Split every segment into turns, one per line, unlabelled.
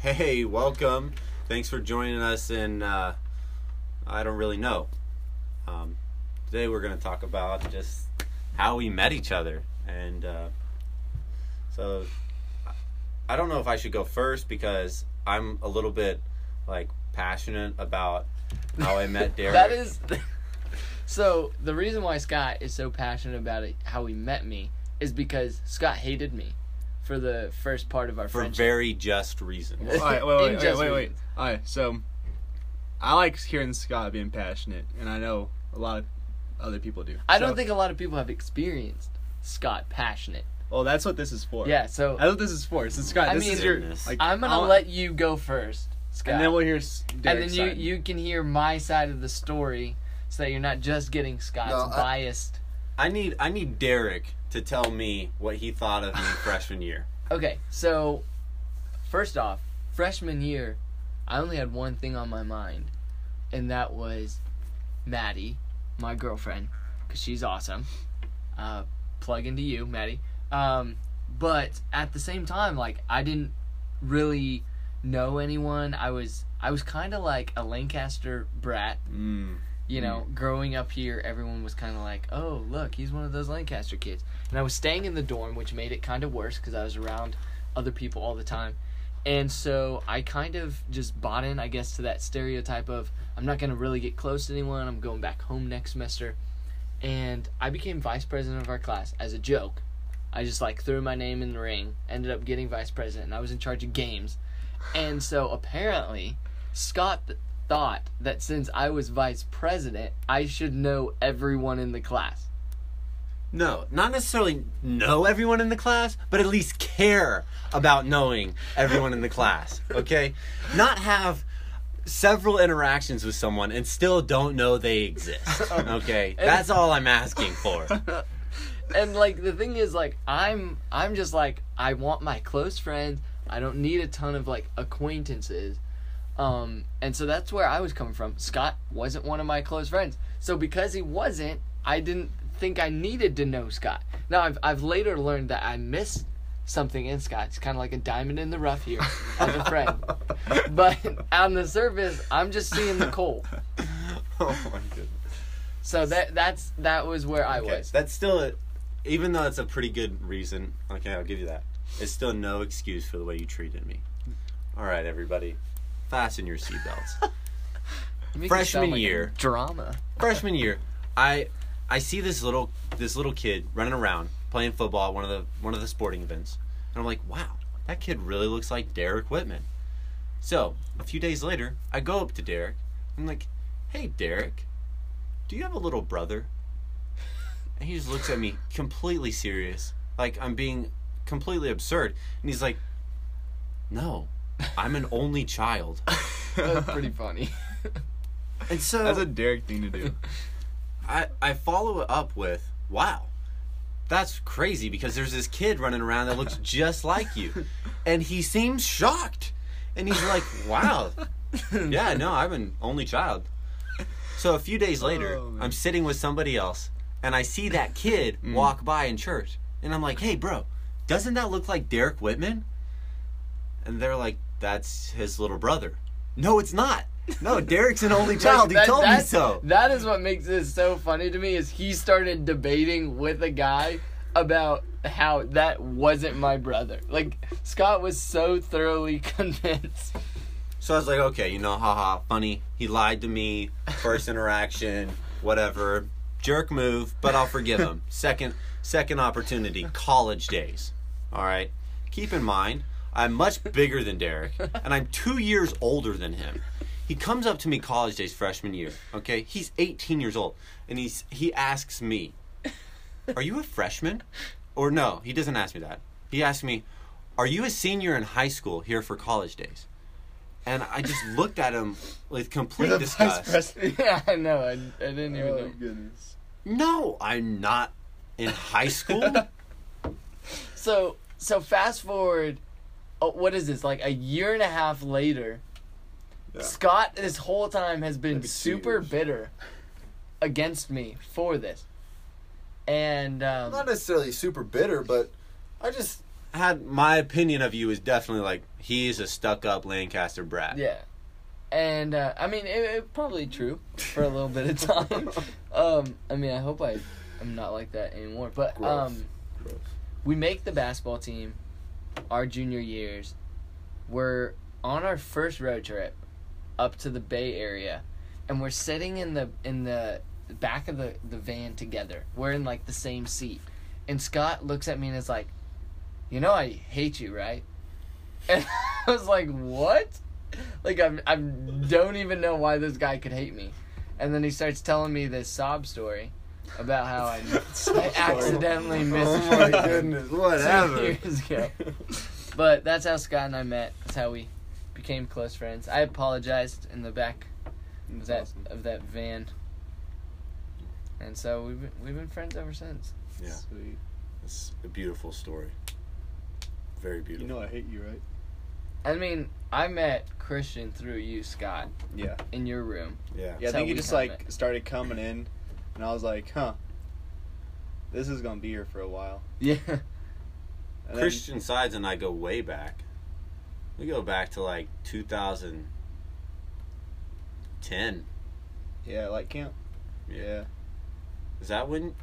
Hey, welcome. Thanks for joining us in uh, I don't really know. Um, today we're going to talk about just how we met each other. And uh, so I- I don't know if I should go first because I'm a little bit like passionate about how I met Derek.
That is. so the reason why Scott is so passionate about it, how he met me, is because Scott hated me for the first part of our
for
friendship.
very just reasons.
Yeah.
All right, wait, wait,
In
wait,
just
wait, wait.
reasons.
All right, so I like hearing Scott being passionate, and I know a lot of other people do.
I don't
So-
think a lot of people have experienced Scott passionate.
Well, that's what this is for.
Yeah, so
That's what this is for. So Scott,
I
this is
mean-
your.
Goodness.
Like,
I'm gonna
I'll-
let you go first, Scott.
And then we'll hear S-
And
Derek's
then you
side.
you can hear my side of the story, so that you're not just getting Scott's
No, I-
biased.
I need I need Derek to tell me what he thought of me freshman year.
Okay, so first off, freshman year, I only had one thing on my mind, and that was Maddie, my girlfriend, because she's awesome. Uh, plug into you, Maddie. Um, but at the same time, like I didn't really know anyone. I was I was kind of like a Lancaster brat
Mm.
you know, growing up here, everyone was kind of like, "Oh, look, he's one of those Lancaster kids." And I was staying in the dorm, which made it kind of worse because I was around other people all the time, and so I kind of just bought in, I guess, to that stereotype of I'm not gonna really get close to anyone. I'm going back home next semester, and I became vice president of our class as a joke. I just like threw my name in the ring, ended up getting vice president, and I was in charge of games. And so apparently, Scott th- thought that since I was vice president, I should know everyone in the class.
No, not necessarily know everyone in the class, but at least care about knowing everyone in the class, okay? Not have several interactions with someone and still don't know they exist, okay? That's all I'm asking for.
And like the thing is like I'm I'm just like I want my close friends. I don't need a ton of like acquaintances. Um and so that's where I was coming from. Scott wasn't one of my close friends. So because he wasn't, I didn't think I needed to know Scott. Now I've I've later learned that I missed something in Scott. It's kind of like a diamond in the rough here as a friend. but on the surface, I'm just seeing the coal.
Oh my goodness.
So that that's that was where I
Okay,
was.
that's still, a, even though it's a pretty good reason, okay, I'll give you that. It's still no excuse for the way you treated me. All right, everybody, fasten your seatbelts.
You make it sound
Freshman
like a
year.
drama.
freshman year, I I see this little this little kid running around playing football at one of the one of the sporting events, and I'm like, wow, that kid really looks like Derek Whitman. So a few days later, I go up to Derek. I'm like, hey Derek, do you have a little brother? And he just looks at me completely serious, like I'm being completely absurd, and he's like, no, I'm an only child.
That was pretty funny.
And so
That's a Derek thing to do.
I, I follow it up with, wow, that's crazy because there's this kid running around that looks just like you. And he seems shocked. And he's like, wow, yeah, no, I'm an only child. So a few days later,
Oh, man.
I'm sitting with somebody else and I see that kid
Mm.
walk by in church. And I'm like, hey, bro, doesn't that look like Derek Whitman? And they're like, that's his little brother. No, it's not. No, Derek's an only child. He
That-
told me
that-
so.
That is what makes this so funny to me is he started debating with a guy about how that wasn't my brother. Like Scott was so thoroughly convinced.
So I was like, okay, you know, haha, funny. He lied to me. First interaction, whatever, jerk move, but I'll forgive him. second, second opportunity, college days. All right. Keep in mind, I'm much bigger than Derek, and I'm two years older than him. He comes up to me college days freshman year. Okay, he's 18 years old, and he's he asks me, "Are you a freshman?" Or no, he doesn't ask me that. He asks me, "Are you a senior in high school here for college days?" And I just looked at him with complete disgust.
yeah, I know. I, I didn't even
Oh,
know.
Oh, goodness.
No, I'm not in high school.
So so fast forward. Oh, what is this? Like a year and a half later,
Yeah.
Scott this whole time has been
That's
super
huge.
bitter against me for this, and um,
not necessarily super bitter, but I just
had my opinion of you is definitely like he's a stuck-up Lancaster brat.
Yeah. And uh, I mean, it, it probably true for a little bit of time. Um, I mean, I hope I am not like that anymore. But
Gross.
um,
Gross.
we make the basketball team. Our junior years, we're on our first road trip up to the Bay Area, and we're sitting in the in the back of the the van together. We're in like the same seat, and Scott looks at me and is like, "You know, I hate you, right?" And I was like, "What?" Like I'm I don't even know why this guy could hate me, and then he starts telling me this sob story about how I, I accidentally missed
Oh my goodness!
two
Whatever.
years ago. But that's how Scott and I met. That's how we became close friends. I apologized in the back of that
Awesome.
of that van, and so we've been, we've been friends ever since.
Yeah,
Sweet.
it's a beautiful story. Very
You
beautiful.
know I hate you, right?
I mean, I met Christian through you, Scott,
Yeah.
in your room.
yeah.
Yeah, I
That's how
think you
we
just
kinda
like
met.
started coming in, and I was like, huh, this is gonna be here for a while.
Yeah,
And then-
Christian Sides and I go way back. We go back to like 2010.
yeah, like camp. Yeah,
Is that when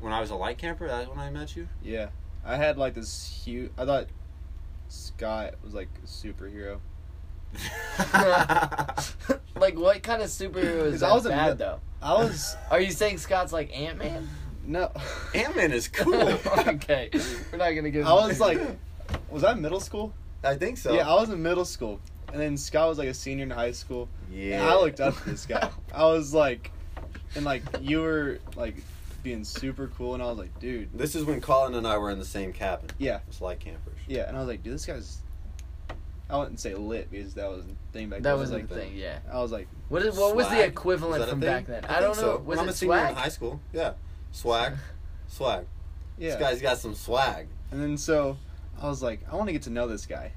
when I was a light camper? That's when I met you?
yeah. I had like this huge. I thought Scott was like a superhero.
like what kind of superhero is
'Cause I
that
was a
bad
mi-
though?
I was
Are you saying Scott's like Ant Man?
no.
Ant-Man is cool.
okay, we're not gonna give.
I was like, was I middle school?
I think so.
Yeah, I was in middle school, and then Scott was like a senior in high school.
yeah.
And I looked up to this guy. I was like, and like you were like being super cool, and I was like, dude,
This is when Colin and I were in the same cabin.
yeah,
It's light campers.
yeah. And I was like, dude, this guy's. I wouldn't say lit because that was a thing back then.
that
I
was the
like,
thing. Yeah.
I was like,
What is what was the
Swag?
equivalent
Is that a
from
thing?
back then? I,
think
don't
so.
know. Was
when I'm
it
a senior in
swag?
high school. Yeah. Swag. Swag.
yeah.
This guy's got some swag.
And then so I was like, I want to get to know this guy.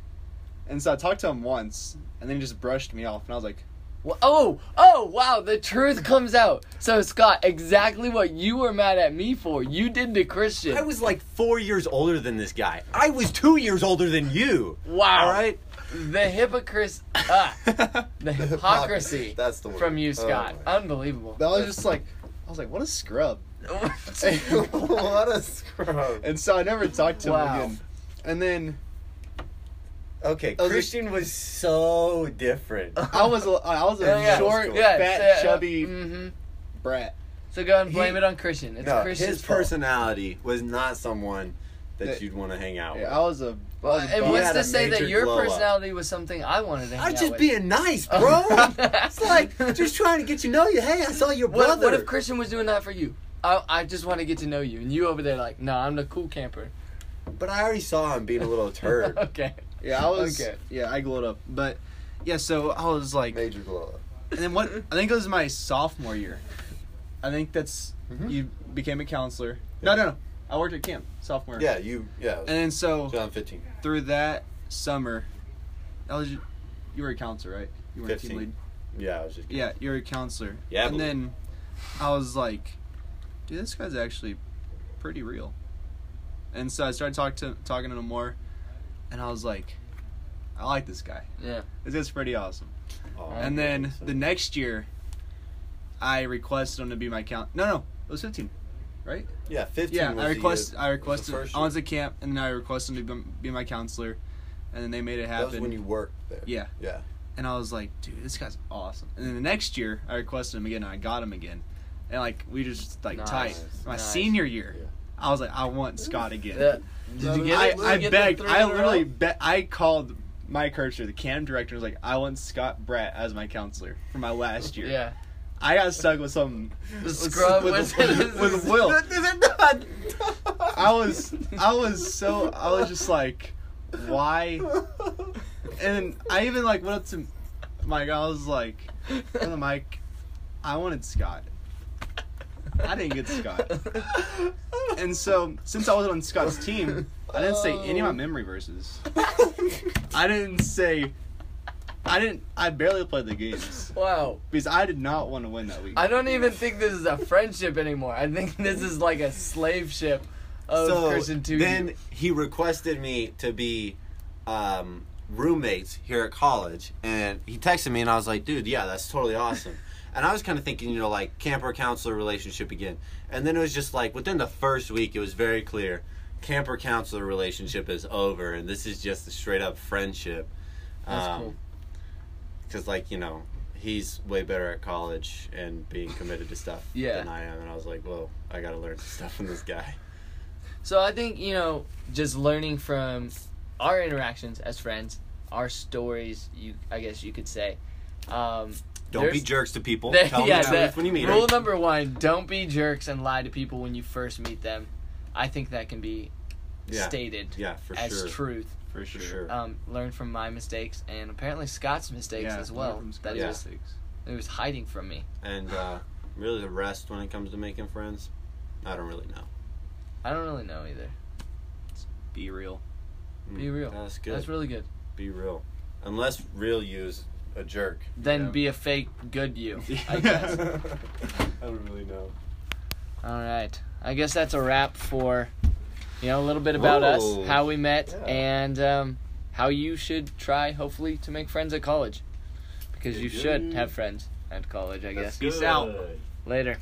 And so I talked to him once, and then he just brushed me off, and I was like,
Wha- Oh, oh, wow! The truth comes out. So Scott, exactly what you were mad at me for, you did to Christian.
I was like four years older than this guy. I was two years older than you.
wow!
All right.
The hypocrisy. Ah,
that
the
hypocrisy.
hypocrisy.
That's the word.
From you,
Oh,
Scott.
my-
Unbelievable.
was just like, I was like, what a scrub.
what a scrub.
And so I never talked to
Wow.
him again. And then
Okay,
I was like-
Christian was so different.
I was a, I was a
Yeah, yeah.
short,
Yeah,
fat,
so-
chubby
mhm.
brat.
So go and blame
He-
it on Christian. It's
no,
Christian's
his
fault.
personality was not someone that,
That-
you'd want to hang out
Yeah, I was a. I
Well,
was a
it
he
bum.
was
had
to
a
say that
major
your
glow up.
personality was something I wanted
with.
to. Hang
I'm
out
just
with.
being nice, bro. it's like just trying to get to know you. Hey, I saw your
What,
brother.
what if Christian was doing that for you? I, I just want to get to know you, and you over there like, no, I'm the cool camper.
but I already saw him being a little turd.
okay.
Yeah, I was.
Okay.
Yeah, I glowed up. But yeah, so I was like,
Major glow up.
and then what? I think it was my sophomore year. I think that's
Mhm.
you became a counselor.
Yeah.
No, no, no. I worked at camp sophomore.
Yeah, you. Yeah.
And then so
2015.
through that summer, that was you, you were a counselor, right? You were a team
15.
lead.
Yeah, I was just.
Yeah, you were a counselor.
Yeah, I
And
believe-
then I was like, dude, this guy's actually pretty real. And so I started talking to talking to him more, and I was like, I like this guy.
Yeah.
This guy's pretty awesome.
Oh,
And then
so-
the next year, I requested him to be my count. No, no, it was fifteen, right?
Yeah, 15.
Yeah,
was
I
the
request.
year-
I
was the
requested.
first
I
year.
went to camp, and then I requested him to be, be my counselor, and then they made it happen.
That was when you worked there.
Yeah.
Yeah.
And I was like, dude, this guy's awesome. And then the next year, I requested him again, and I got him again. And like we just like
Nice.
tight. My
Nice.
senior year,
Yeah.
I was like, I want Scott again.
Yeah. Did you get
I,
it?
I
Did you get the
begged.
three in
I
a row?
literally bet. I called my coacher, the camp director, and was like, I want Scott Bratt as my counselor for my last year.
Yeah.
I got stuck with some
The scrub
with,
was-
with, with Will. I
I
was I was so I was just like, why? And I even like went up to Mike. I was like, "Brother Mike, I wanted Scott. I didn't get Scott. And so since I wasn't on Scott's team, I didn't say any
Oh.
of my memory verses. I didn't say. I didn't. I barely played the games
Wow.
because I did not want to win that week.
I don't even think this is a friendship anymore. I think this is like a slave ship of
so
person to
then
you.
he requested me to be um, roommates here at college, and he texted me, and I was like, "Dude, yeah, that's totally awesome." and I was kind of thinking, you know, like camper counselor relationship again. And then it was just like within the first week, it was very clear camper counselor relationship is over, and this is just a straight up friendship.
That's cool.
Because like you know. He's way better at college and being committed to stuff
Yeah.
than I am, and I was like, "Whoa, I gotta learn some stuff from this guy."
So I think you know, just learning from our interactions as friends, our stories. You, I guess you could say. Um,
Don't be
There's-
jerks to people.
There-
Tell
yeah,
them the
there-
truth when you meet
Rule
them.
number one: don't be jerks and lie to people when you first meet them. I think that can be
Yeah,
stated
yeah, for
as
sure.
truth.
for
For
sure.
sure.
Um, learn from my mistakes and apparently Scott's mistakes
Yeah,
as well.
learn from
That he
Yeah.
was, he was hiding from me.
and uh, really, the rest when it comes to making friends, I don't really know.
I don't really know either.
Be real.
Mm,
Be real.
That's good.
That's really good.
be real. Unless real you's a jerk.
Then
Yeah.
be a fake good you. I guess.
I don't really know.
All right. I guess that's a wrap for, you know, a little bit about
Whoa.
us, how we met,
Yeah.
and um, how you should try, hopefully, to make friends at college. Because you should have friends at college, I guess.
Peace out.
Later.